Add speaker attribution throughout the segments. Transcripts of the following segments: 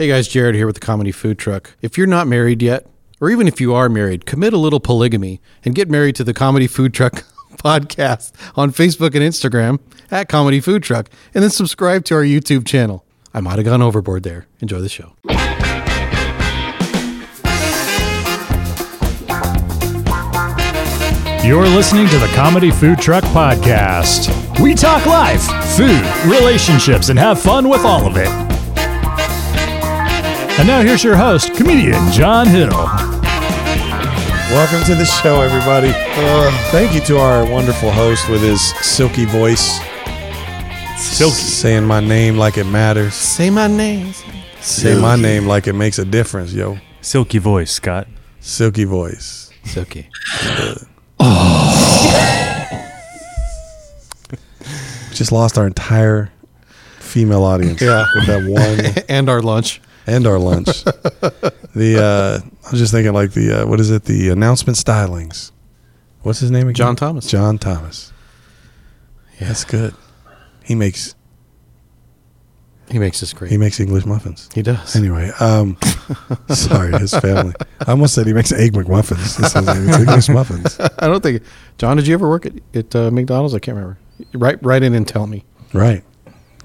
Speaker 1: Hey guys, Jared here with the Comedy Food Truck. If you're not married yet, or even if you are married, commit a little polygamy and get married to the Comedy Food Truck podcast on Facebook and Instagram at Comedy Food Truck, and then subscribe to our YouTube channel. I might have gone overboard there. Enjoy the show.
Speaker 2: You're listening to the Comedy Food Truck Podcast. We talk life, food, relationships, and have fun with all of it. And now here's your host, comedian John Hill.
Speaker 3: Welcome to the show, everybody. Thank you to our wonderful host with his silky voice,
Speaker 2: Silky.
Speaker 3: saying my name like it matters.
Speaker 1: Say my name.
Speaker 3: Say my name like it makes a difference, yo.
Speaker 4: Silky voice, Scott.
Speaker 3: Silky voice.
Speaker 1: It's okay.
Speaker 3: Just lost our entire female audience
Speaker 1: Yeah.
Speaker 3: with that one
Speaker 1: And our lunch.
Speaker 3: and our lunch. The uh, I was just thinking like the uh, what is it? The announcement stylings. What's his name again?
Speaker 1: John Thomas.
Speaker 3: John Thomas. Yeah. That's good. He makes
Speaker 1: He makes us great.
Speaker 3: he makes English muffins.
Speaker 1: He does.
Speaker 3: Anyway, um, sorry, his family. I almost said he makes egg McMuffins. This sounds like it's English muffins,
Speaker 1: I don't think. John, did you ever work at, at uh, McDonald's? I can't remember. Write, write in and tell me.
Speaker 3: right?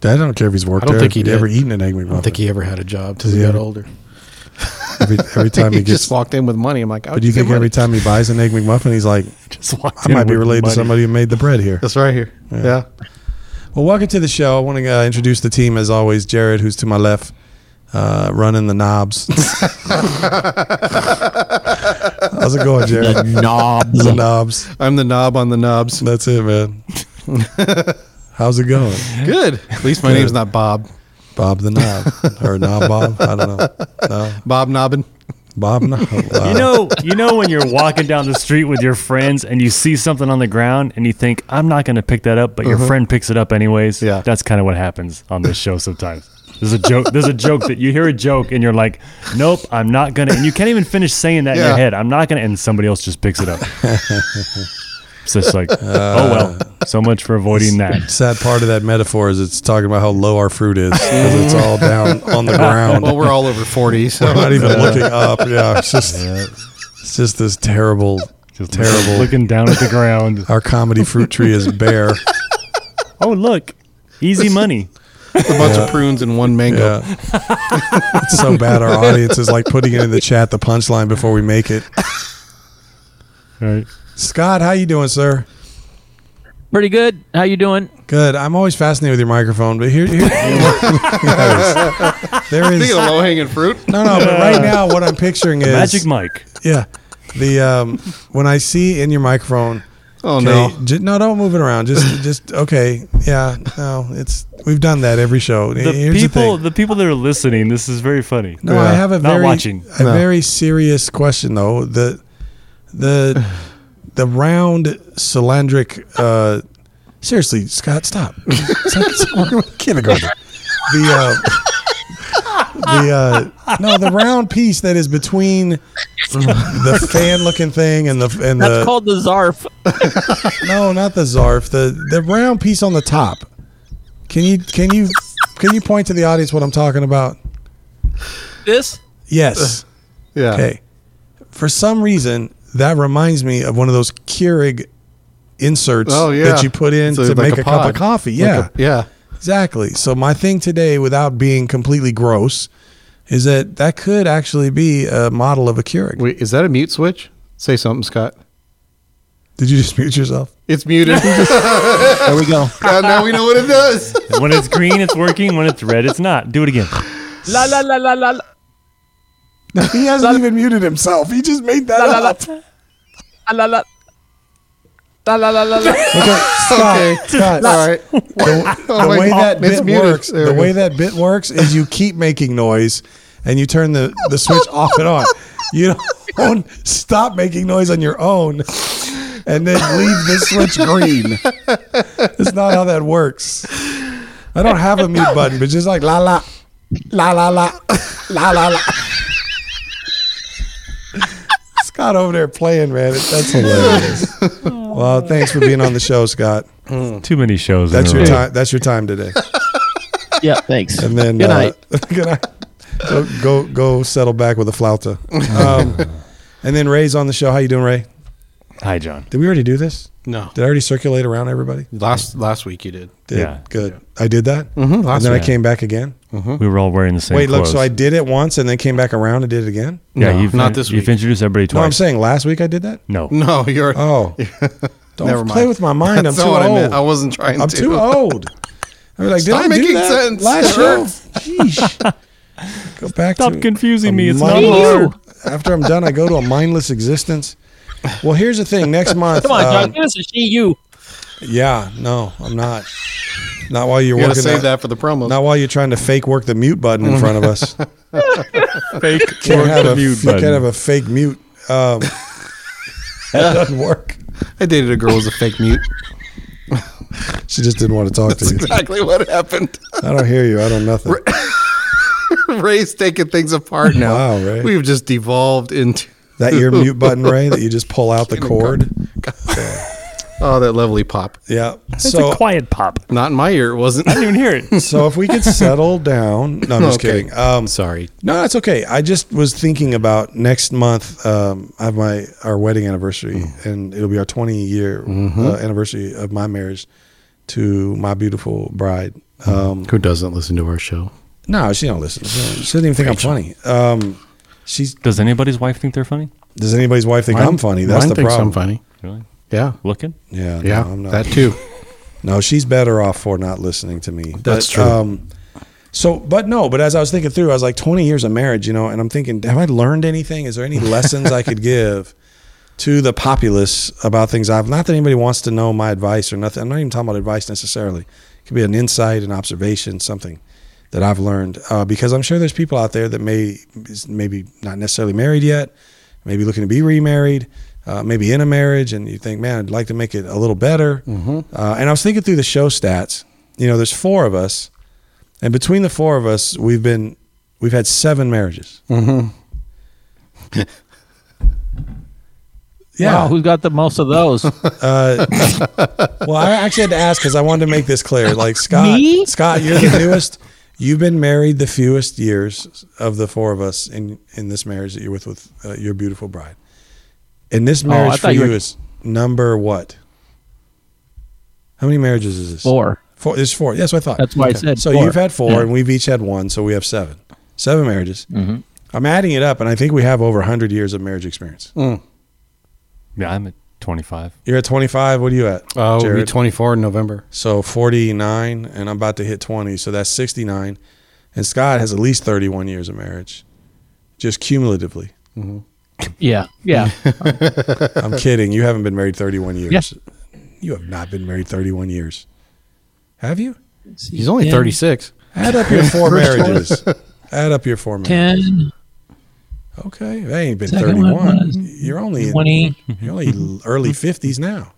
Speaker 3: I don't care if he's worked.
Speaker 1: I don't
Speaker 3: there,
Speaker 1: think he
Speaker 3: if
Speaker 1: did.
Speaker 3: ever eaten an egg McMuffin.
Speaker 1: I don't think he ever had a job till
Speaker 3: Does
Speaker 1: he
Speaker 3: he
Speaker 1: got
Speaker 3: ever-
Speaker 1: older.
Speaker 3: every, every time he,
Speaker 1: he
Speaker 3: gets.
Speaker 1: just walked in with money. I'm like,
Speaker 3: but do you think every time he buys an egg McMuffin, he's like,
Speaker 2: Just walked
Speaker 3: I
Speaker 2: in
Speaker 3: might be
Speaker 2: with
Speaker 3: related to
Speaker 2: money.
Speaker 3: somebody who made the bread here.
Speaker 1: That's right here. Yeah.
Speaker 3: Well, welcome to the show. I want to uh, introduce the team as always. Jared, who's to my left, uh, running the knobs. How's it going, Jared?
Speaker 2: Knob.
Speaker 3: the knobs.
Speaker 1: I'm the knob on the knobs.
Speaker 3: That's it, man. How's it going?
Speaker 1: Good. At least my
Speaker 3: Good.
Speaker 1: name's not Bob.
Speaker 3: Bob the Knob or Knob Bob. I don't know. No,
Speaker 1: Bob Nobbin.
Speaker 3: Bob Knob.
Speaker 4: You
Speaker 1: Uh.
Speaker 4: know, you know when you're walking down the street with your friends and you see something on the ground and you think, I'm not going to pick that up, but your friend picks it up anyways.
Speaker 1: Uh-huh. Yeah.
Speaker 4: That's kind of what happens on this show sometimes. There's a joke. There's a joke that you hear a joke and you're like, "Nope, I'm not gonna." And you can't even finish saying that in
Speaker 1: Yeah.
Speaker 4: your head. I'm not gonna. And somebody else just picks it up. it's just like,
Speaker 1: Uh.
Speaker 4: oh well. So much for avoiding that.
Speaker 3: sad part of that metaphor is it's talking about how low our fruit is because it's all down on the ground.
Speaker 1: Well,
Speaker 3: We're
Speaker 1: we're all over 40, so
Speaker 3: not even looking up. Yeah, it's just it's just this terrible.
Speaker 4: Just
Speaker 3: Terrible.
Speaker 4: Looking down at the ground.
Speaker 3: Our comedy fruit tree is bare.
Speaker 4: Oh look, easy money.
Speaker 1: it's a bunch of prunes and one mango.
Speaker 3: Yeah, it's so bad. Our audience is like putting it in the chat the punchline before we make it.
Speaker 4: Right.
Speaker 3: Scott, how you doing, sir?
Speaker 5: Pretty good. How you doing?
Speaker 3: Good. I'm always fascinated with your microphone, but here, here Yes. there is
Speaker 1: Speaking of low hanging fruit,
Speaker 3: No, no, but right now what I'm picturing is
Speaker 4: Magic Mike.
Speaker 3: Yeah, the um, when I see in your microphone.
Speaker 1: oh
Speaker 3: Okay,
Speaker 1: no.
Speaker 3: ju- no, don't move it around. Just, just okay. Yeah, no, it's we've done that every show.
Speaker 4: the
Speaker 3: Here's
Speaker 4: people
Speaker 3: the
Speaker 4: the,
Speaker 3: thing.
Speaker 4: people that are listening this is very funny
Speaker 3: No, I have a
Speaker 4: not
Speaker 3: very,
Speaker 4: watching.
Speaker 3: a
Speaker 1: No.
Speaker 3: very serious question though. The, the, the round cylindric. Uh, seriously, Scott, stop. It's like it's working with kindergarten. The. Uh, the uh, no, the round piece that is between the fan-looking thing and the and
Speaker 5: That's
Speaker 3: the
Speaker 5: called the Zarf.
Speaker 3: No, not the zarf. The the round piece on the top. Can you can you can you point to the audience what I'm talking about?
Speaker 5: This?
Speaker 3: Yes.
Speaker 1: Yeah.
Speaker 3: Okay. For some reason, that reminds me of one of those Keurig inserts
Speaker 1: Oh yeah.
Speaker 3: that you put in
Speaker 1: So
Speaker 3: to
Speaker 1: like
Speaker 3: make a, cup
Speaker 1: pod.
Speaker 3: of coffee.
Speaker 1: Like
Speaker 3: Yeah.
Speaker 1: a- yeah.
Speaker 3: Exactly. So my thing today, without being completely gross, is that that could actually be a model of a Keurig.
Speaker 1: Wait, is that a mute switch? Say something, Scott.
Speaker 3: Did you just mute yourself?
Speaker 1: It's muted.
Speaker 5: There we go.
Speaker 1: God, now we know what it does.
Speaker 4: when it's green it's working when it's red it's not do it again
Speaker 5: la la la la la la
Speaker 3: He hasn't even muted himself. He just made that
Speaker 5: la la
Speaker 3: up.
Speaker 5: la la la la la la la la.
Speaker 3: Okay, stop.
Speaker 1: Okay.
Speaker 3: Cut.
Speaker 1: All right.
Speaker 3: the,
Speaker 1: Oh
Speaker 3: the
Speaker 1: my
Speaker 3: way
Speaker 1: God.
Speaker 3: that
Speaker 1: It's
Speaker 3: bit
Speaker 1: muted.
Speaker 3: works,
Speaker 1: There
Speaker 3: the
Speaker 1: we
Speaker 3: way
Speaker 1: go.
Speaker 3: that bit works is you keep making noise and you turn the, the switch off and on. You don't stop making noise on your own and then leave the switch green. It's not how that works. I don't have a mute button, but just like la la la la la la la la. Scott over there playing, man. That's hilarious. Well, thanks for being on the show, Scott.
Speaker 4: too many shows in
Speaker 3: That's
Speaker 4: a
Speaker 3: your
Speaker 4: row.
Speaker 3: time. That's your time today.
Speaker 5: Yeah, thanks.
Speaker 3: And then
Speaker 5: Good night.
Speaker 3: Uh, good night. So go go settle back with a flauta. Um, and then Ray's on the show. How you doing, Ray?
Speaker 4: Hi, John.
Speaker 3: Did we already do this?
Speaker 1: No.
Speaker 3: Did I already circulate around everybody?
Speaker 1: Last last week you did.
Speaker 3: Did,
Speaker 4: Yeah.
Speaker 3: Good. I did that.
Speaker 1: Mm-hmm.
Speaker 3: And then I
Speaker 4: week.
Speaker 3: came back again.
Speaker 4: We were all wearing the same.
Speaker 3: Mm-hmm. Wait, look.
Speaker 4: clothes.
Speaker 3: So I did it once and then came back around and did it again.
Speaker 4: Yeah,
Speaker 1: No,
Speaker 4: you've
Speaker 1: not this
Speaker 4: You've
Speaker 1: week.
Speaker 4: introduced everybody
Speaker 3: No, I'm
Speaker 4: twice.
Speaker 3: saying last week I did that.
Speaker 4: No,
Speaker 1: No, you're
Speaker 3: Oh, don't
Speaker 1: Never
Speaker 3: play
Speaker 1: mind.
Speaker 3: with my mind.
Speaker 1: That's
Speaker 3: I'm too
Speaker 1: not what
Speaker 3: old.
Speaker 1: I meant. I wasn't trying
Speaker 3: I'm
Speaker 1: to.
Speaker 3: too old. I'm like, did
Speaker 1: Stop
Speaker 3: I do
Speaker 1: making
Speaker 3: that
Speaker 1: sense.
Speaker 3: Last
Speaker 1: It
Speaker 3: show.
Speaker 1: hurts.
Speaker 3: Sheesh. Go back.
Speaker 4: Stop
Speaker 3: to
Speaker 4: confusing
Speaker 3: a
Speaker 4: me. It's not
Speaker 3: mindless-
Speaker 4: hard.
Speaker 3: After I'm done, I go to a mindless existence. Well, here's the thing. Next month,
Speaker 6: Come on,
Speaker 3: um,
Speaker 6: John. Give us a she, you.
Speaker 3: yeah, no, I'm not. Not while you're
Speaker 1: You gotta
Speaker 3: working.
Speaker 1: save
Speaker 3: that-
Speaker 1: that for the promo.
Speaker 3: Not while you're trying to fake work the mute button in front of us.
Speaker 4: fake
Speaker 3: Can't
Speaker 4: work
Speaker 3: have
Speaker 4: the
Speaker 3: a,
Speaker 4: mute
Speaker 3: you can't
Speaker 4: button.
Speaker 3: have a fake mute. Um, that doesn't work.
Speaker 1: I dated a girl as a fake mute.
Speaker 3: She just didn't want to talk to you.
Speaker 1: exactly what happened.
Speaker 3: I don't hear you. I don't nothing.
Speaker 1: Ray's taking things apart now.
Speaker 3: Wow, Ray.
Speaker 1: We've just devolved into
Speaker 3: That your mute button, Ray, that you just pull out the cord.
Speaker 1: oh that lovely pop.
Speaker 3: Yeah.
Speaker 4: It's
Speaker 3: so
Speaker 4: a quiet pop.
Speaker 1: Not in my ear, it wasn't.
Speaker 4: I didn't even hear it.
Speaker 3: so if we could settle down, no, I'm just
Speaker 1: Okay.
Speaker 3: kidding. Um,
Speaker 1: Sorry.
Speaker 3: no, it's okay. I just was thinking about next month. Um, I have my our wedding anniversary, and it'll be our 20 year uh, anniversary of my marriage to my beautiful bride. Um,
Speaker 1: Who doesn't listen to our show?
Speaker 3: no, she don't listen. She, don't- she doesn't even think I'm funny. Um, she's
Speaker 4: Does anybody's wife think they're funny?
Speaker 3: does anybody's wife think I'm funny? That's
Speaker 1: Mine
Speaker 3: the
Speaker 1: thinks
Speaker 3: problem.
Speaker 1: I'm funny.
Speaker 4: Really?
Speaker 1: Yeah.
Speaker 4: Looking?
Speaker 3: Yeah,
Speaker 1: Yeah.
Speaker 3: no, I'm not.
Speaker 1: that too.
Speaker 3: No, she's better off for not listening to me.
Speaker 1: That's
Speaker 3: But,
Speaker 1: true.
Speaker 3: Um, so, but no, but as I was thinking through, I was like, 20 years of marriage, you know, and I'm thinking, have I learned anything? Is there any lessons I could give to the populace about things I've not that anybody wants to know my advice or nothing? I'm not even talking about advice necessarily. It could be an insight, an observation, something that I've learned uh, because I'm sure there's people out there that may is maybe not necessarily married yet, maybe looking to be remarried, uh, maybe in a marriage, and you think, man, I'd like to make it a little better. Uh, and I was thinking through the show stats. You know, there's four of us, and between the four of us, we've been we've had seven marriages. yeah.
Speaker 6: Wow, who's got the most of those?
Speaker 3: Uh, well, I actually had to ask because I wanted to make this clear. Like Scott,
Speaker 6: Me?
Speaker 3: Scott, you're the newest. You've been married the fewest years of the four of us in in this marriage that you're with with uh, your beautiful bride. And this marriage
Speaker 6: Oh, I
Speaker 3: for
Speaker 6: thought you
Speaker 3: you,
Speaker 6: were-
Speaker 3: is number what? How many marriages is this?
Speaker 6: Four.
Speaker 3: Four. There's four. That's what I thought.
Speaker 6: That's why I said
Speaker 3: So you
Speaker 6: four.
Speaker 3: you've had four, and we've each had one, so we have seven. Seven marriages. I'm adding it up, and I think we have over 100 years of marriage experience.
Speaker 4: Yeah, I'm at 25.
Speaker 3: You're at 25. What are you at?
Speaker 1: Oh, we'll be
Speaker 3: Jared?
Speaker 1: 24 in November.
Speaker 3: So 49, and I'm about to hit 20. So that's 69. And Scott has at least 31 years of marriage, just cumulatively.
Speaker 6: Yeah, yeah.
Speaker 3: I'm kidding. You haven't been married 31 years.
Speaker 6: Yes.
Speaker 3: You have not been married 31 years. Have you?
Speaker 1: He's only
Speaker 6: Yeah.
Speaker 1: 36.
Speaker 3: Add up your four marriages. Add up your four marriages.
Speaker 6: Ten,
Speaker 3: Okay. That ain't been
Speaker 6: Second one
Speaker 3: 31.
Speaker 6: was
Speaker 3: You're only,
Speaker 6: twenty,
Speaker 3: you're only early 50s now.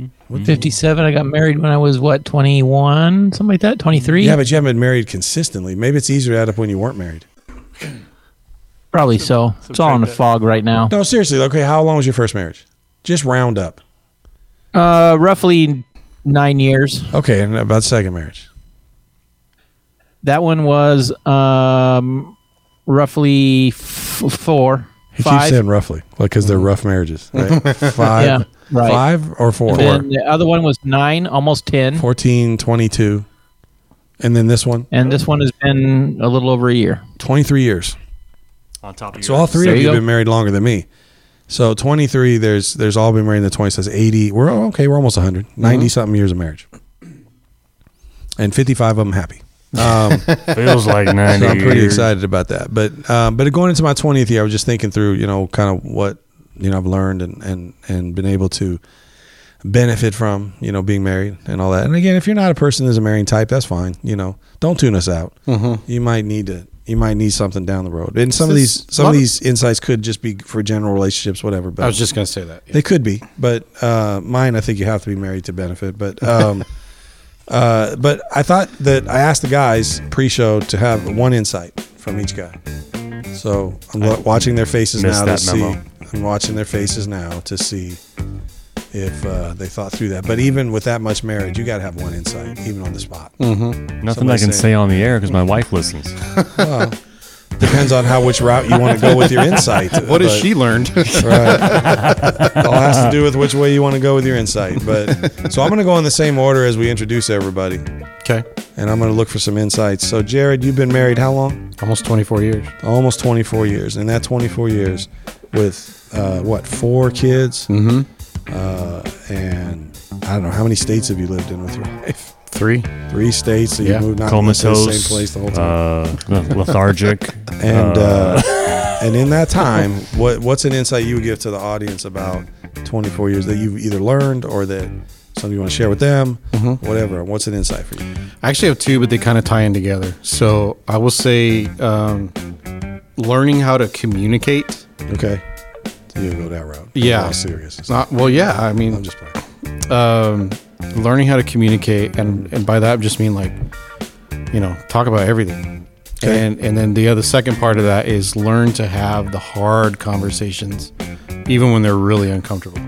Speaker 3: Mm-hmm.
Speaker 6: fifty-seven. I got married when I was what, twenty-one, something like that, twenty-three.
Speaker 3: Yeah, but you haven't been married consistently. Maybe it's easier to add up when you weren't married.
Speaker 6: probably so. It's all in the fog right now.
Speaker 3: No, seriously. Okay. How long was your first marriage? Just round up.
Speaker 6: Uh, roughly nine years.
Speaker 3: Okay. And about second marriage.
Speaker 6: That one was um, roughly f- four,
Speaker 3: He keeps
Speaker 6: five. Mm-hmm.
Speaker 3: saying roughly, like because they're rough marriages, right? Five,
Speaker 6: Yeah, right.
Speaker 3: five or four,
Speaker 6: and then the other one was nine, almost ten,
Speaker 3: 14, 22. and then this one,
Speaker 6: and this one has been a little over a year.
Speaker 3: 23 years.
Speaker 4: On top of
Speaker 3: So all three
Speaker 6: There
Speaker 3: of
Speaker 6: you
Speaker 3: you have
Speaker 6: go.
Speaker 3: been married longer than me. So 23, there's there's all been married in the 20s. That's 80. We're okay. We're almost 100,
Speaker 6: Mm-hmm.
Speaker 3: 90 something years of marriage, and 55 of them happy.
Speaker 4: feels like 90.
Speaker 3: So I'm pretty
Speaker 4: years.
Speaker 3: excited about that. But um, but going into my 20th year, I was just thinking through, you know, kind of what you know I've learned and and and been able to benefit from, you know, being married and all that. And again, if you're not a person that's a marrying type, that's fine. You know, don't tune us out. You might need to. You might need something down the road. And some of
Speaker 1: Mm-hmm. This is-
Speaker 3: these some
Speaker 1: lot
Speaker 3: of
Speaker 1: of-
Speaker 3: these insights could just be for general relationships, whatever. But
Speaker 1: I was just going to say that.
Speaker 3: they could be, but uh, mine, I think you have to be married to benefit. But um, uh, but I thought that I asked the guys pre-show to have one insight from each guy. So I'm wa- watching their faces
Speaker 4: missed
Speaker 3: now to
Speaker 4: that memo.
Speaker 3: see. I'm watching their faces now to see if uh, they thought through that. But even with that much marriage, you got to have one insight, even on the spot.
Speaker 1: Mm-hmm.
Speaker 4: Nothing I
Speaker 3: Somebody
Speaker 4: can
Speaker 3: say-
Speaker 4: say on the air because my wife listens.
Speaker 3: Depends on how which route you want to go with your insight.
Speaker 1: What has
Speaker 3: but-
Speaker 1: she learned?
Speaker 3: Right. it all has to do with which way you want to go with your insight. But so I'm going to go in the same order as we introduce everybody,
Speaker 1: okay.
Speaker 3: and I'm going to look for some insights. So Jared, you've been married how long?
Speaker 1: Almost 24 years.
Speaker 3: Almost 24 years. In that 24 years, with uh, what four kids?
Speaker 1: Mm.
Speaker 3: Mm-hmm. Uh, and I don't know how many states have you lived in with your wife?
Speaker 1: Three.
Speaker 3: Three states. So
Speaker 1: Yeah.
Speaker 3: you moved not in the
Speaker 4: comatose,
Speaker 3: same place the whole time.
Speaker 4: Uh, lethargic.
Speaker 3: and uh, and in that time, what what's an insight you would give to the audience about 24 years that you've either learned or that something you want to share with them, whatever? What's an insight for you?
Speaker 1: I actually have two, but they kind of tie in together. So I will say um, learning how to communicate.
Speaker 3: Okay, so you go that route.
Speaker 1: Yeah.
Speaker 3: I'm serious.
Speaker 1: It's Not, well, yeah. I mean,
Speaker 3: I'm just playing.
Speaker 1: um, learning how to communicate, and and by that I just mean like, you know, talk about everything,
Speaker 3: Okay.
Speaker 1: and and then the other second part of that is learn to have the hard conversations, even when they're really uncomfortable.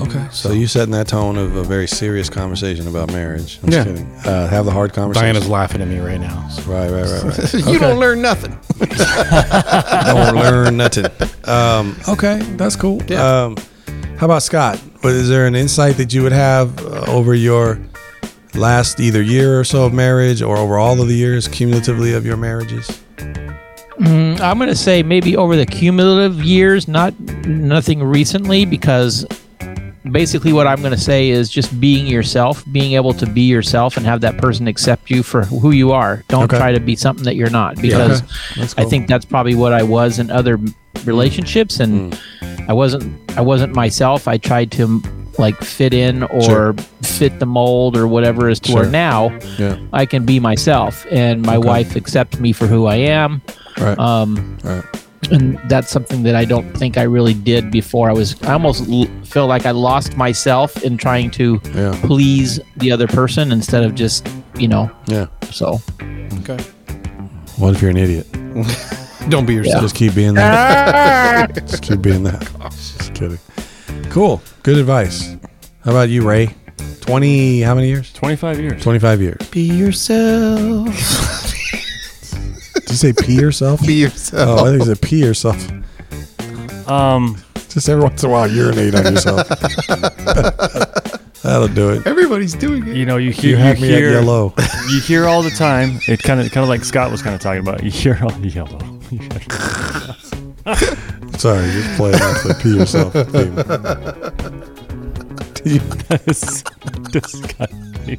Speaker 3: Okay, so, you setting that tone of a very serious conversation about marriage. I'm
Speaker 1: Yeah.
Speaker 3: just kidding. Uh, have the hard conversation.
Speaker 1: Diana's laughing at me right now. so-
Speaker 3: Right, right, right, right.
Speaker 1: you don't learn nothing.
Speaker 3: don't learn nothing. Um, okay, that's cool.
Speaker 1: Yeah.
Speaker 3: Um, how about Scott? What- Is there an insight that you would have uh, over your last either year or so of marriage, or over all of the years cumulatively of your marriages?
Speaker 6: Mm, I'm going to say maybe over the cumulative years, not nothing recently, because basically what I'm going to say is just being yourself, being able to be yourself and have that person accept you for who you are. Don't
Speaker 3: Okay.
Speaker 6: try to be something that you're not, because
Speaker 3: Okay. That's
Speaker 6: I
Speaker 3: cool.
Speaker 6: think that's probably what I was in other m- relationships, and I wasn't I wasn't myself. I tried to m- like fit in or
Speaker 3: Sure.
Speaker 6: fit the mold or whatever is to where
Speaker 1: Sure.
Speaker 6: now
Speaker 3: Yeah.
Speaker 6: I can be myself, and my wife accepts me for who I am.
Speaker 3: Right.
Speaker 6: Um,
Speaker 3: right.
Speaker 6: and that's something that I don't think I really did before. I was I almost l- feel like I lost myself in trying to
Speaker 3: Yeah.
Speaker 6: please the other person instead of just you know.
Speaker 3: Yeah.
Speaker 6: So
Speaker 1: Okay.
Speaker 3: What if you're an idiot?
Speaker 1: Don't be yourself.
Speaker 3: Just keep being that. Just keep being that. Just kidding. Cool. Good advice. How about you, Ray? Twenty? How many years?
Speaker 4: 25 years.
Speaker 3: Twenty-five years.
Speaker 1: Be yourself.
Speaker 3: Did you say pee yourself?
Speaker 1: Be yourself.
Speaker 3: Oh, I think you said pee yourself.
Speaker 4: Um,
Speaker 3: Just every once in a while, urinate on yourself. That'll do it.
Speaker 1: Everybody's doing it.
Speaker 4: you know, you hear,
Speaker 3: You
Speaker 4: you,
Speaker 3: had me at
Speaker 4: hear,
Speaker 3: yellow.
Speaker 4: you hear all the time. It kind of, kind of like Scott was kind of talking about. You hear all the yellow.
Speaker 3: Sorry, just play it off the pee yourself. theme.
Speaker 4: It's disgusting.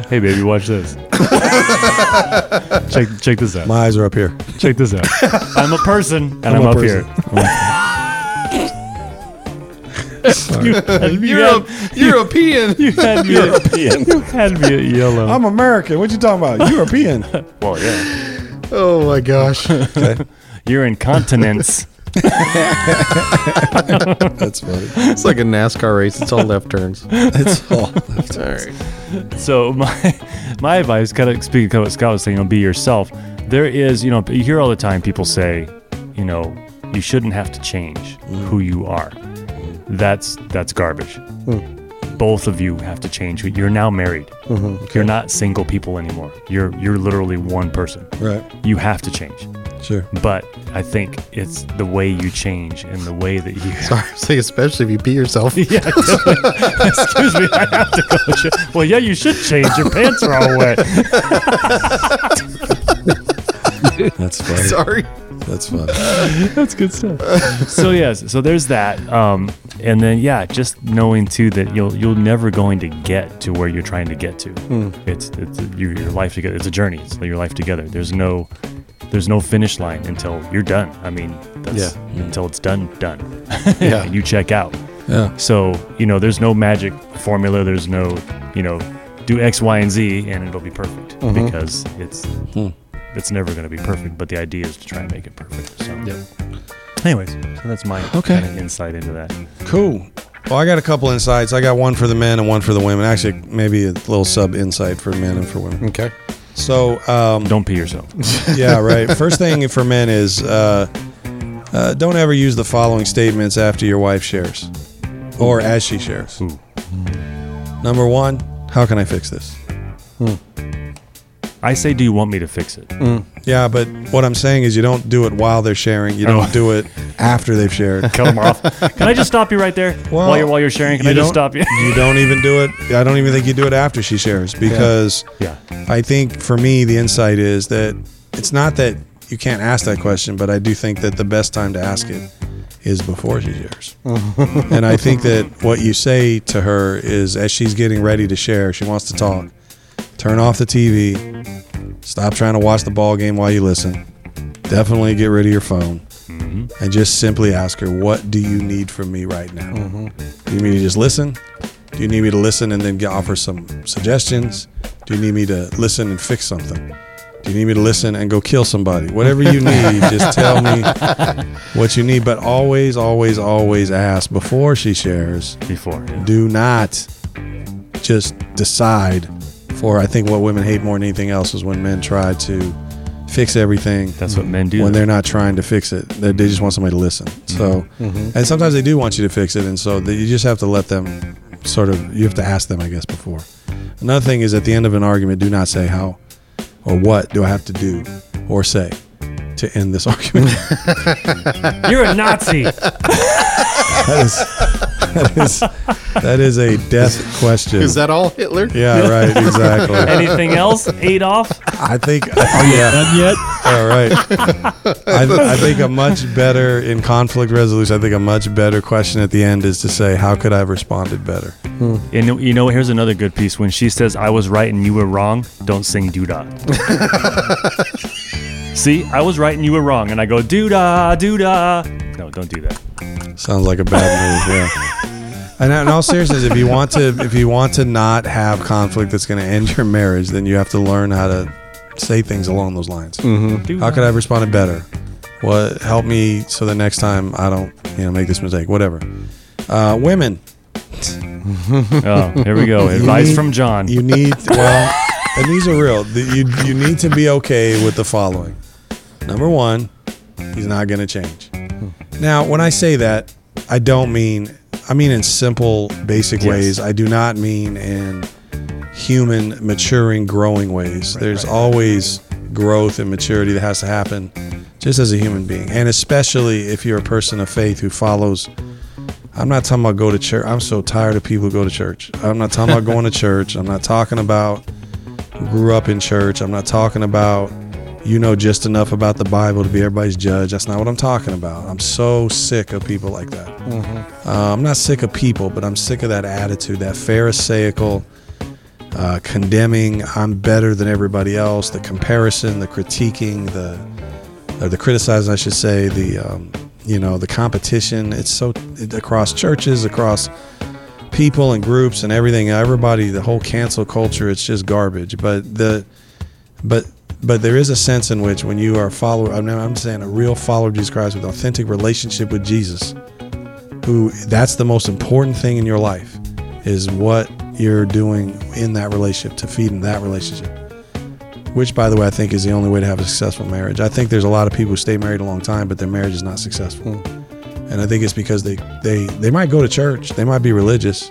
Speaker 4: hey, baby, watch this. check, check this out.
Speaker 3: My eyes are up here.
Speaker 4: Check this out. I'm a person, and I'm,
Speaker 3: a
Speaker 4: up
Speaker 3: person.
Speaker 4: here.
Speaker 1: Europe, European.
Speaker 4: You had me at, you had me at yellow.
Speaker 3: I'm American. What you talking about? European.
Speaker 4: well, yeah.
Speaker 1: oh my gosh.
Speaker 4: You're incontinence.
Speaker 3: That's funny.
Speaker 1: It's like a NASCAR race. It's all left turns.
Speaker 3: It's all.
Speaker 1: All right.
Speaker 4: so my my advice, kind of speaking of what Scott was saying, you know, be yourself. There is, you know, you hear all the time people say, you know, you shouldn't have to change who you are. That's that's garbage. Both of you have to change. who- You're now married. You're not single people anymore. You're you're literally one person.
Speaker 3: Right.
Speaker 4: You have to change.
Speaker 3: Sure.
Speaker 4: But I think it's the way you change and the way that you.
Speaker 1: Say especially if you pee yourself.
Speaker 4: Yeah. Excuse me, I have to go. ch- Well, yeah, you should change. Your pants are all wet.
Speaker 3: That's funny.
Speaker 1: Sorry.
Speaker 3: That's funny.
Speaker 4: That's good stuff. So yes, so there's that, um, and then yeah, just knowing too that you'll you're never going to get to where you're trying to get to. It's it's your, your life together. It's a journey. It's your life together. There's no there's no finish line until you're done. I mean, that's, until it's done, done.
Speaker 1: Yeah.
Speaker 4: and you check out.
Speaker 3: Yeah.
Speaker 4: So, you know, there's no magic formula. There's no, you know, do X, Y, and Z and it'll be perfect because it's it's never going to be perfect. But the idea is to try and make it perfect. So, anyways, so that's my
Speaker 3: Okay.
Speaker 4: kind of insight into that.
Speaker 3: Cool. Well, I got a couple insights. I got one for the men and one for the women. Actually, maybe a little sub insight for men and for women.
Speaker 1: Okay.
Speaker 3: So, um,
Speaker 4: Don't pee yourself.
Speaker 3: yeah, right. First thing for men is uh, uh, don't ever use the following statements after your wife shares or as she shares.
Speaker 4: Ooh.
Speaker 3: Number one, how can I fix this?
Speaker 4: I say, do you want me to fix it?
Speaker 3: Mm. Yeah, but what I'm saying is you don't do it while they're sharing. You don't do it Oh. after they've shared.
Speaker 4: Cut them off. Can I just stop you right there
Speaker 3: Well,
Speaker 4: while you're while you're sharing? Can I just
Speaker 3: don't-
Speaker 4: stop you?
Speaker 3: you don't even do it. I don't even think you do it after she shares because
Speaker 4: Yeah.
Speaker 3: I think for me the insight is that it's not that you can't ask that question, but I do think that the best time to ask it is before she shares. and I think that what you say to her is as she's getting ready to share, she wants to talk. Turn off the TV. Stop trying to watch the ball game while you listen. Definitely get rid of your phone. And just simply ask her, what do you need from me right now? Do you need me to just listen? Do you need me to listen and then get- offer some suggestions? Do you need me to listen and fix something? Do you need me to listen and go kill somebody? Whatever you need, just tell me what you need. But always, always, always ask before she shares.
Speaker 4: Before. yeah.
Speaker 3: Do not just decide for. I think what women hate more than anything else is when men try to fix everything
Speaker 4: That's what men do.
Speaker 3: when they're not trying to fix it. They, they just want somebody to listen. So, and sometimes they do want you to fix it, and so that you just have to let them sort of. You have to ask them, I guess, before. Another thing is at the end of an argument, do not say how or what do I have to do or say to end this argument.
Speaker 4: You're a Nazi.
Speaker 3: that is that is that is a death question.
Speaker 1: Is that all, Hitler?
Speaker 3: yeah, right, exactly.
Speaker 4: Anything else? Adolf?
Speaker 3: I think. Oh yeah.
Speaker 2: Done yet?
Speaker 3: All right. I, I think a much better in conflict resolution. I think a much better question at the end is to say, "How could I have responded better?"
Speaker 4: And you know, here's another good piece. When she says, I was right and you were wrong, don't sing doodah. See, I was right and you were wrong. And I go, doodah, doodah. No, don't do that.
Speaker 3: Sounds like a bad move. Yeah. And in all seriousness, if you want to, if you want to not have conflict that's going to end your marriage, then you have to learn how to say things along those lines.
Speaker 4: Doodah.
Speaker 3: How could I have responded better? What help me so the next time I don't, you know, make this mistake. Whatever. Uh, women,
Speaker 4: Oh, here we go.
Speaker 3: You
Speaker 4: Advice
Speaker 3: need-
Speaker 4: from John.
Speaker 3: You need well, and these are real. The- You you need to be okay with the following. Number one, he's not going to change. Now, when I say that, I don't mean I mean in simple, basic
Speaker 4: Yes.
Speaker 3: ways. I do not mean in human, maturing, growing ways. There's always growth and maturity that has to happen, just as a human being, and especially if you're a person of faith who follows. I'm not talking about go to church. I'm so tired of people who go to church. I'm not talking about going to church. I'm not talking about who grew up in church. I'm not talking about you know just enough about the Bible to be everybody's judge. That's not what I'm talking about. I'm so sick of people like that. Uh, I'm not sick of people, but I'm sick of that attitude, that Pharisaical, uh, condemning. I'm better than everybody else. The comparison, the critiquing, the or the criticizing, I should say. The um, you know the competition. It's so it, across churches, across people and groups and everything. Everybody, the whole cancel culture. It's just garbage. But the but but there is a sense in which when you are a follower, I'm, I'm saying a real follower of Jesus Christ with authentic relationship with Jesus who that's the most important thing in your life is what you're doing in that relationship to feed in that relationship which by the way i think is the only way to have a successful marriage i think there's a lot of people who stay married a long time but their marriage is not successful and i think it's because they they they might go to church they might be religious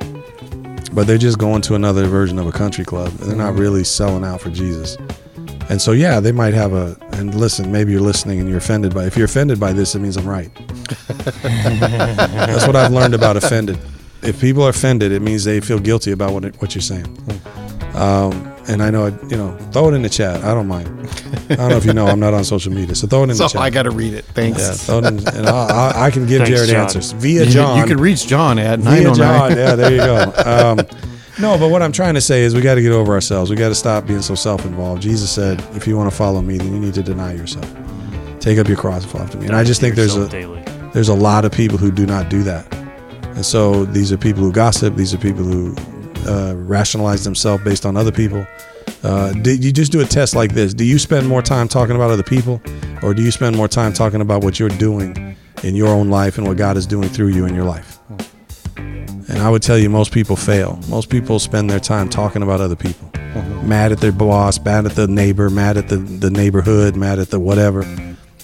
Speaker 3: but they're just going to another version of a country club they're not really selling out for jesus and so yeah they might have a and listen maybe you're listening and you're offended by if you're offended by this it means i'm right that's what I've learned about offended. If people are offended, it means they feel guilty about what it- what you're saying. Um, and I know, you know, throw it in the chat. I don't mind. I don't know if you know, I'm not on social media, so throw it in
Speaker 1: So
Speaker 3: the chat.
Speaker 1: I got to read it. Thanks.
Speaker 3: yeah, throw it in, and I, I, I can give
Speaker 4: Thanks,
Speaker 3: Jared
Speaker 4: John.
Speaker 3: answers via
Speaker 1: You-
Speaker 3: John.
Speaker 1: You could oh reach John at
Speaker 3: via John.
Speaker 1: 909.
Speaker 3: Yeah, there you go. Um, no, but what I'm trying to say is we got to get over ourselves. We got to stop being so self-involved. Jesus said, "If you want to follow me, then you need to deny yourself, take up your cross and follow after me." And I just think there's a
Speaker 4: Yourself daily.
Speaker 3: there's a lot of people who do not do that. And so these are people who gossip. These are people who uh, rationalize themselves based on other people. Uh, do, you just do a test like this. Do you spend more time talking about other people, or do you spend more time talking about what you're doing in your own life and what God is doing through you in your life? And I would tell you, most people fail. Most people spend their time talking about other people, mad at their boss, mad at the neighbor, mad at the, the neighborhood, mad at the whatever,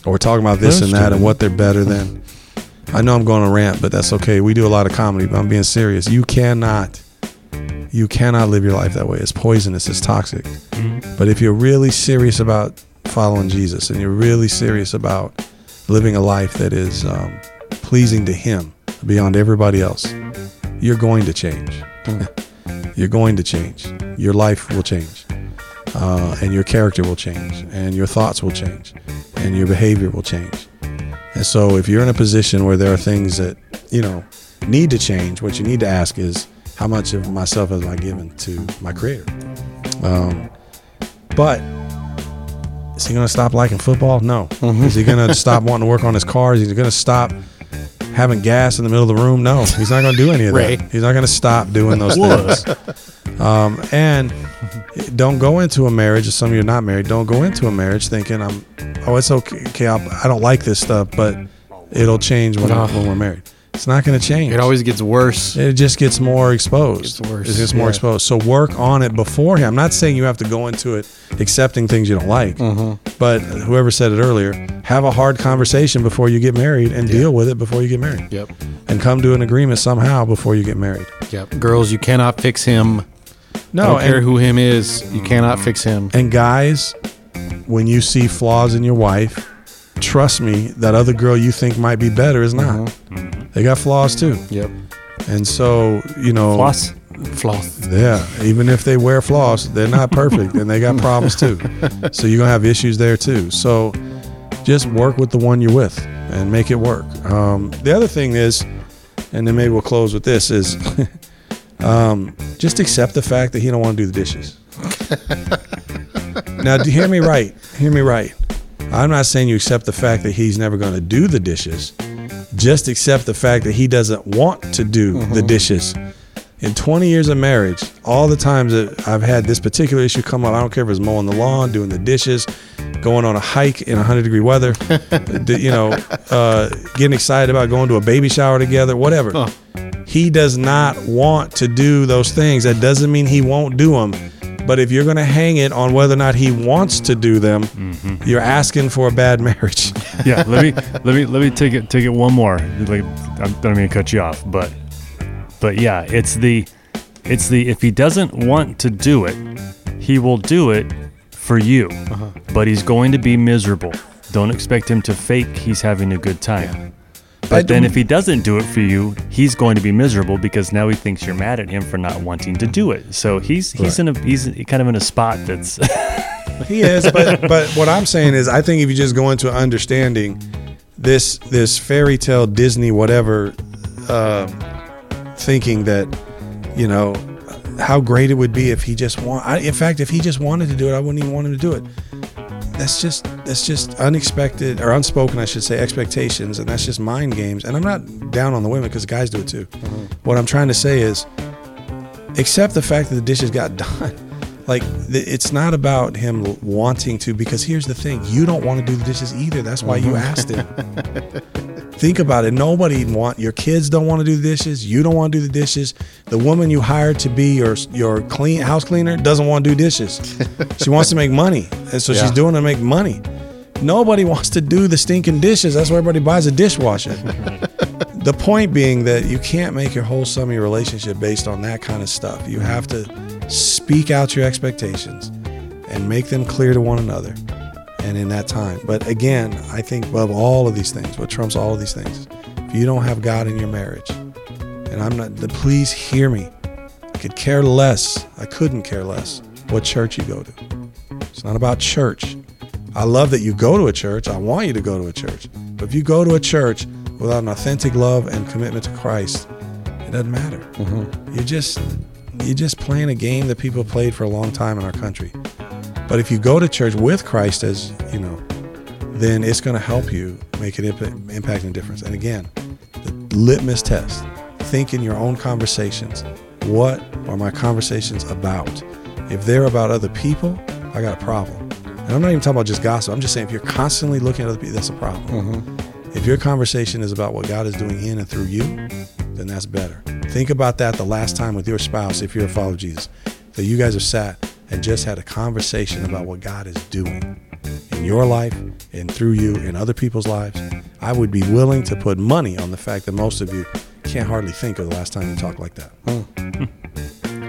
Speaker 3: or talking about this and that and what they're better than. I know I'm going to rant, but that's okay. We do a lot of comedy, but I'm being serious. You cannot, you cannot live your life that way. It's poisonous. It's toxic. But if you're really serious about following Jesus and you're really serious about living a life that is um, pleasing to Him beyond everybody else, you're going to change. you're going to change. Your life will change. Uh, and your character will change. And your thoughts will change. And your behavior will change. And so if you're in a position where there are things that, you know, need to change, what you need to ask is, how much of myself have I given to my creator? Um, but is he going to stop liking football? No. Is he going to stop wanting to work on his cars? Is he going to stop having gas in the middle of the room? No. He's not going to do any of
Speaker 1: Ray.
Speaker 3: that. He's not going to stop doing those things. Um, and don't go into a marriage. If some of you are not married, don't go into a marriage thinking I'm. Oh, it's okay. okay I'll, I don't like this stuff, but it'll change when,
Speaker 1: No.
Speaker 3: when we're married. It's not going to change.
Speaker 1: It always gets worse.
Speaker 3: It just gets more exposed.
Speaker 1: Gets worse,
Speaker 3: It gets more
Speaker 1: yeah.
Speaker 3: exposed. So work on it beforehand. I'm not saying you have to go into it accepting things you don't like,
Speaker 1: Mm-hmm.
Speaker 3: but whoever said it earlier, have a hard conversation before you get married and deal with it before you get married.
Speaker 1: Yep.
Speaker 3: And come to an agreement somehow before you get married.
Speaker 1: Yep. Girls, you cannot fix him. I
Speaker 3: No,
Speaker 1: don't care
Speaker 3: and,
Speaker 1: who him is. You cannot fix him.
Speaker 3: and guys, when you see flaws in your wife, trust me, that other girl you think might be better is not. They got flaws too.
Speaker 1: Yep.
Speaker 3: And so, you know,
Speaker 4: Plus,
Speaker 1: Floss.
Speaker 3: Yeah, even if they wear floss, they're not perfect and they got problems too. So you're going to have issues there too. So just work with the one you're with and make it work. Um, the other thing is, and then maybe we'll close with this, is um, just accept the fact that he don't want to do the dishes. now, do- hear me right. Hear me right. I'm not saying you accept the fact that he's never going to do the dishes. Just accept the fact that he doesn't want to do the dishes in 20 years of marriage, all the times that I've had this particular issue come up, I don't care if it's mowing the lawn, doing the dishes, going on a hike in 100 degree weather, d- you know, uh, getting excited about going to a baby shower together, whatever. He does not want to do those things. That doesn't mean he won't do them. But if you're going to hang it on whether or not he wants to do them, you're asking for a bad marriage.
Speaker 4: yeah. Let me let me let me take it take it one more. Like I'm not mean to cut you off, but but yeah, it's the it's the if he doesn't want to do it, he will do it for you, but he's going to be miserable. Don't expect him to fake he's having a good time. But then if he doesn't do it for you, he's going to be miserable because now he thinks you're mad at him for not wanting to do it. So he's he's in a he's kind of in a spot that's
Speaker 3: He is, but but what I'm saying is, I think if you just go into understanding this this fairy tale Disney whatever, uh, thinking that you know how great it would be if he just want. I, in fact, if he just wanted to do it, I wouldn't even want him to do it. That's just that's just unexpected or unspoken, I should say, expectations, and that's just mind games. And I'm not down on the women because guys do it too. What I'm trying to say is, accept the fact that the dishes got done. Like th- it's not about him l- wanting to, because here's the thing: you don't want to do the dishes either. That's why you asked him. Think about it. Nobody want your kids don't want to do the dishes. You don't want to do the dishes. The woman you hired to be your your clean house cleaner doesn't want to do dishes. she wants to make money, and so she's
Speaker 1: Yeah.
Speaker 3: doing it to make money. Nobody wants to do the stinking dishes. That's why everybody buys a dishwasher. the point being that you can't make your whole sum of your relationship based on that kind of stuff. You have to speak out your expectations and make them clear to one another and in that time. But again, I think above all of these things, what trumps all of these things, if you don't have God in your marriage, and I'm not, the, please hear me. I could care less. I couldn't care less what church you go to. It's not about church. I love that you go to a church. I want you to go to a church. But if you go to a church without an authentic love and commitment to Christ, it doesn't matter. You're just you're just playing a game that people played for a long time in our country. But if you go to church with Christ as, you know, then it's going to help you make an imp- impact and difference. And again, the litmus test think in your own conversations. What are my conversations about? If they're about other people, I got a problem. And I'm not even talking about just gossip. I'm just saying if you're constantly looking at other people, that's a problem. If your conversation is about what God is doing in and through you, then that's better. Think about that the last time with your spouse, if you're a follower of Jesus, that you guys have sat and just had a conversation about what God is doing in your life and through you in other people's lives. I would be willing to put money on the fact that most of you can't hardly think of the last time you talked like that.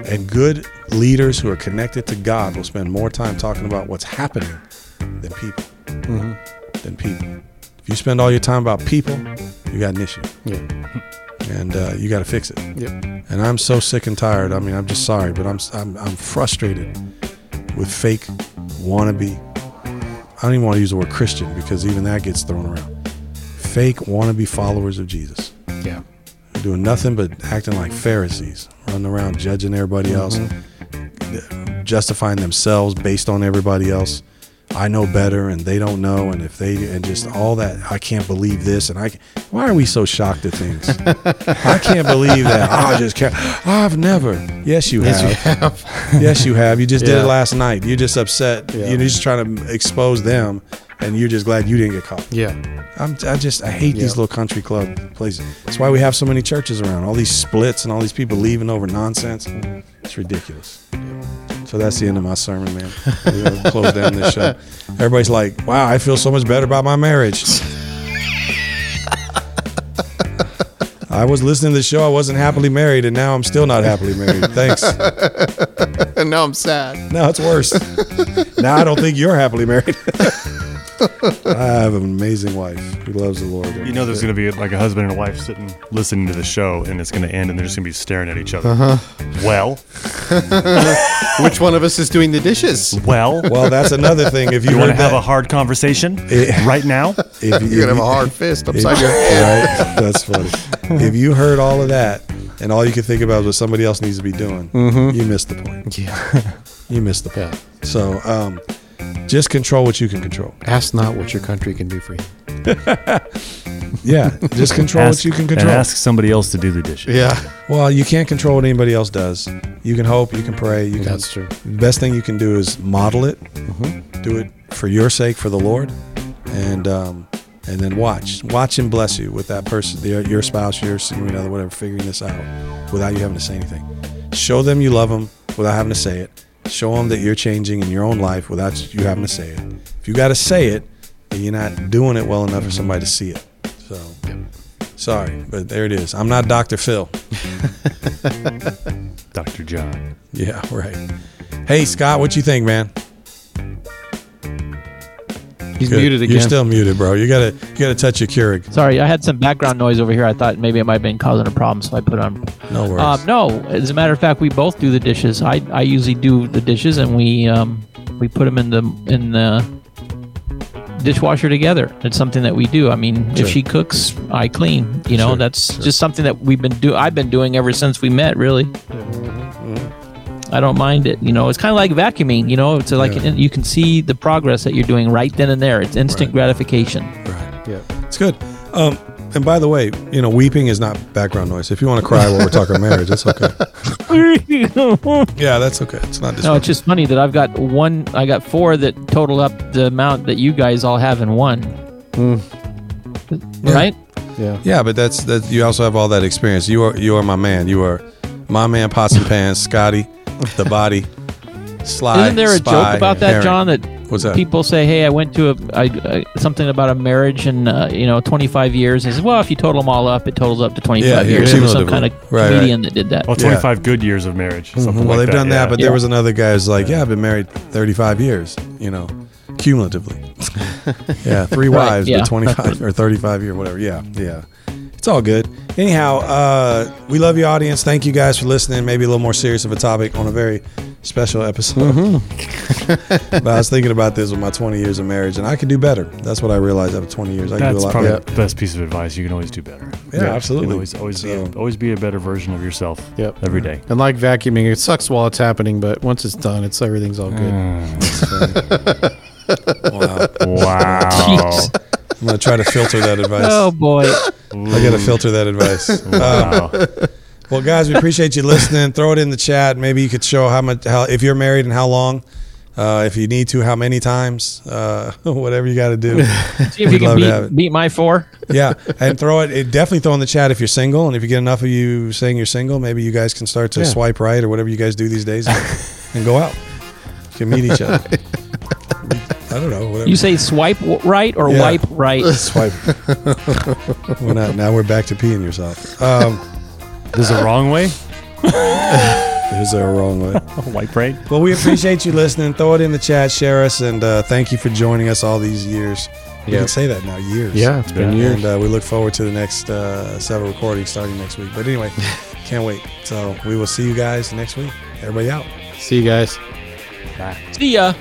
Speaker 3: And good leaders who are connected to God will spend more time talking about what's happening than people. Than people. If you spend all your time about people, you got an issue,
Speaker 1: Yeah.
Speaker 3: and uh, you got to fix it.
Speaker 1: Yep.
Speaker 3: And I'm so sick and tired. I mean, I'm just sorry, but I'm I'm, I'm frustrated with fake wannabe. I don't even want to use the word Christian because even that gets thrown around. Fake wannabe followers of Jesus
Speaker 1: Yeah.
Speaker 3: doing nothing but acting like Pharisees, running around judging everybody else,
Speaker 1: Mm-hmm.
Speaker 3: justifying themselves based on everybody else. I know better, and they don't know, and if they and just all that, I can't believe this, and I. ca- Why are we so shocked at things? I can't believe that. I just can't. I've never. Yes, you
Speaker 1: Yes,
Speaker 3: have.
Speaker 1: you have.
Speaker 3: Yes, you have. You just did
Speaker 1: Yeah.
Speaker 3: it last night. You're just upset.
Speaker 1: Yeah.
Speaker 3: You're just trying to expose them, and you're just glad you didn't get caught.
Speaker 1: Yeah.
Speaker 3: I'm, I just I hate these
Speaker 1: Yeah.
Speaker 3: little country club places. That's why we have so many churches around. All these splits and all these people leaving over nonsense. It's ridiculous. So that's the end of my sermon, man. We're gonna close down this show. Everybody's like, "Wow, I feel so much better about my marriage." I was listening to the show. I wasn't happily married, and now I'm still not happily married. Thanks.
Speaker 1: And now I'm sad.
Speaker 3: Now it's worse. now I don't think you're happily married. I have an amazing wife who loves the Lord.
Speaker 4: You know, there's going to be like a husband and a wife sitting listening to the show, and it's going to end, and they're just going to be staring at each other.
Speaker 3: Uh-huh.
Speaker 4: Well,
Speaker 1: Which one of us is doing the dishes?
Speaker 4: well,
Speaker 3: Well, that's another thing. If you,
Speaker 4: you want
Speaker 3: heard
Speaker 4: to have
Speaker 3: that-
Speaker 4: a hard conversation
Speaker 3: Yeah.
Speaker 4: right now?
Speaker 3: if you,
Speaker 1: You're gonna
Speaker 3: if
Speaker 1: have a
Speaker 3: you-
Speaker 1: hard fist
Speaker 3: if-
Speaker 1: upside your head.
Speaker 3: right? That's funny. If you heard all of that and all you could think about was what somebody else needs to be doing,
Speaker 4: Mm-hmm.
Speaker 3: you missed the point.
Speaker 1: Yeah.
Speaker 3: You missed the point.
Speaker 1: Yeah.
Speaker 3: So, um, just control what you can control.
Speaker 1: Ask not what your country can do for you.
Speaker 3: Yeah, just control
Speaker 4: Ask-
Speaker 3: what you can
Speaker 4: and
Speaker 3: control.
Speaker 4: ask somebody else to do the dishes.
Speaker 1: Yeah.
Speaker 3: Well, you can't control what anybody else does. You can hope, you can pray, you can.
Speaker 1: That's true. Mm-hmm.
Speaker 3: The best thing you can do is model it, do it for your sake, for the Lord, and um, and then watch, watch and bless you with that person, their, your spouse, your significant other, whatever, figuring this out without you having to say anything. Show them you love them without having to say it. Show them that you're changing in your own life without you having to say it. If you got to say it, then you're not doing it well enough for somebody to see it. So. Sorry, but there it is. I'm not Dr. Phil.
Speaker 4: Dr. John.
Speaker 3: Yeah, right. Hey, Scott, what you think, man?
Speaker 1: He's
Speaker 3: Good.
Speaker 1: muted again.
Speaker 3: You're still muted, bro. You gotta you gotta touch your Keurig.
Speaker 6: Sorry, I had some background noise over here. I thought maybe it might have been causing a problem, so I put on.
Speaker 3: No worries.
Speaker 6: Um, no, as a matter of fact, we both do the dishes. I, I usually do the dishes, and we um, we put them in the in the dishwasher together. It's something that we do. I mean,
Speaker 3: Sure.
Speaker 6: if she cooks, I clean. You know,
Speaker 3: Sure,
Speaker 6: that's just something that we've been do. I've been doing ever since we met. Really,
Speaker 3: Mm-hmm.
Speaker 6: I don't mind it. You know, it's kind of like vacuuming. You know, it's like
Speaker 3: Yeah.
Speaker 6: you can see the progress that you're doing right then and there. It's instant
Speaker 3: Right.
Speaker 6: gratification.
Speaker 3: Right.
Speaker 1: Yeah.
Speaker 3: It's good. Um, and by the way, you know, weeping is not background noise. If you want to cry while we're talking marriage, that's okay. Yeah, that's okay. It's not
Speaker 6: No,
Speaker 3: disrespectful.
Speaker 6: it's just funny that I've got one. I got four that total up the amount that you guys all have in one.
Speaker 3: Hmm.
Speaker 6: Right?
Speaker 1: Yeah.
Speaker 3: yeah, but that's that. You also have all that experience. You are you are my man. You are my man. Pots and pans, Scotty, the body, Sly.
Speaker 6: Isn't there a
Speaker 3: Spy,
Speaker 6: joke about that,
Speaker 3: Harry.
Speaker 6: John? That
Speaker 3: What's that?
Speaker 6: people say, "Hey, I went to a I, I, something about a marriage and uh, you know 25 years." And says, "Well, if you total them all up, it totals up to 25
Speaker 3: Yeah, yeah,
Speaker 6: years." There was some
Speaker 3: cumulatively.
Speaker 6: kind of
Speaker 3: Right, right.
Speaker 6: comedian that did that.
Speaker 4: Well, 25 Oh, good years of marriage. Something
Speaker 3: Mm-hmm. Well,
Speaker 4: like
Speaker 3: they've done that,
Speaker 4: yeah.
Speaker 3: but there was another guy who's like, "Yeah, I've been married 35 years, you know, cumulatively. yeah, three
Speaker 6: Right,
Speaker 3: wives,
Speaker 6: yeah.
Speaker 3: but 25 or 35 year, whatever. Yeah, yeah, it's all good. Anyhow, uh, we love you, audience. Thank you guys for listening. Maybe a little more serious of a topic on a very special episode.
Speaker 6: Mm-hmm.
Speaker 3: but I was thinking about this with my 20 years of marriage, and I could do better. That's what I realized after 20 years. I could do a
Speaker 4: That's
Speaker 3: lot
Speaker 4: probably
Speaker 3: better.
Speaker 4: the best piece of advice. You can always do better.
Speaker 3: Yeah, absolutely.
Speaker 4: Always, always, be,
Speaker 3: So-
Speaker 4: a, always be a better version of yourself.
Speaker 1: Yep.
Speaker 4: Every day.
Speaker 1: And like vacuuming, it sucks while it's happening, but once it's done, it's everything's all good.
Speaker 3: Wow.
Speaker 4: Mm. Wow.
Speaker 6: Jeez.
Speaker 3: I'm gonna try to filter that advice.
Speaker 6: Oh boy!
Speaker 3: I gotta filter that advice.
Speaker 4: wow.
Speaker 3: Well, guys, we appreciate you listening. Throw it in the chat. Maybe you could show how much, how if you're married and how long, uh, if you need to, how many times, uh, whatever you got to do.
Speaker 6: See if
Speaker 3: We'd
Speaker 6: you
Speaker 3: love
Speaker 6: can
Speaker 3: to have it.
Speaker 6: beat, beat my four.
Speaker 3: yeah, and throw it, it. Definitely throw in the chat if you're single, and if you get enough of you saying you're single, maybe you guys can start to swipe right or whatever you guys do these days, and, and go out. You can meet each other. I don't know. Whatever.
Speaker 6: You say swipe w- right or
Speaker 3: Yeah.
Speaker 6: wipe right?
Speaker 3: swipe. we're Uh, not. Now we're back to peeing yourself. Um,
Speaker 4: This is the wrong way?
Speaker 3: There's a wrong way.
Speaker 4: White brain.
Speaker 3: Well, we appreciate you listening. Throw it in the chat, share us, and uh, thank you for joining us all these years. You
Speaker 1: Yeah.
Speaker 3: can say that now, years.
Speaker 1: Yeah, it's been
Speaker 4: Yeah.
Speaker 1: years.
Speaker 3: And uh, we look forward to the next uh, several recordings starting next week. But anyway, can't wait. So we will see you guys next week. Everybody out.
Speaker 1: See you guys.
Speaker 6: See ya.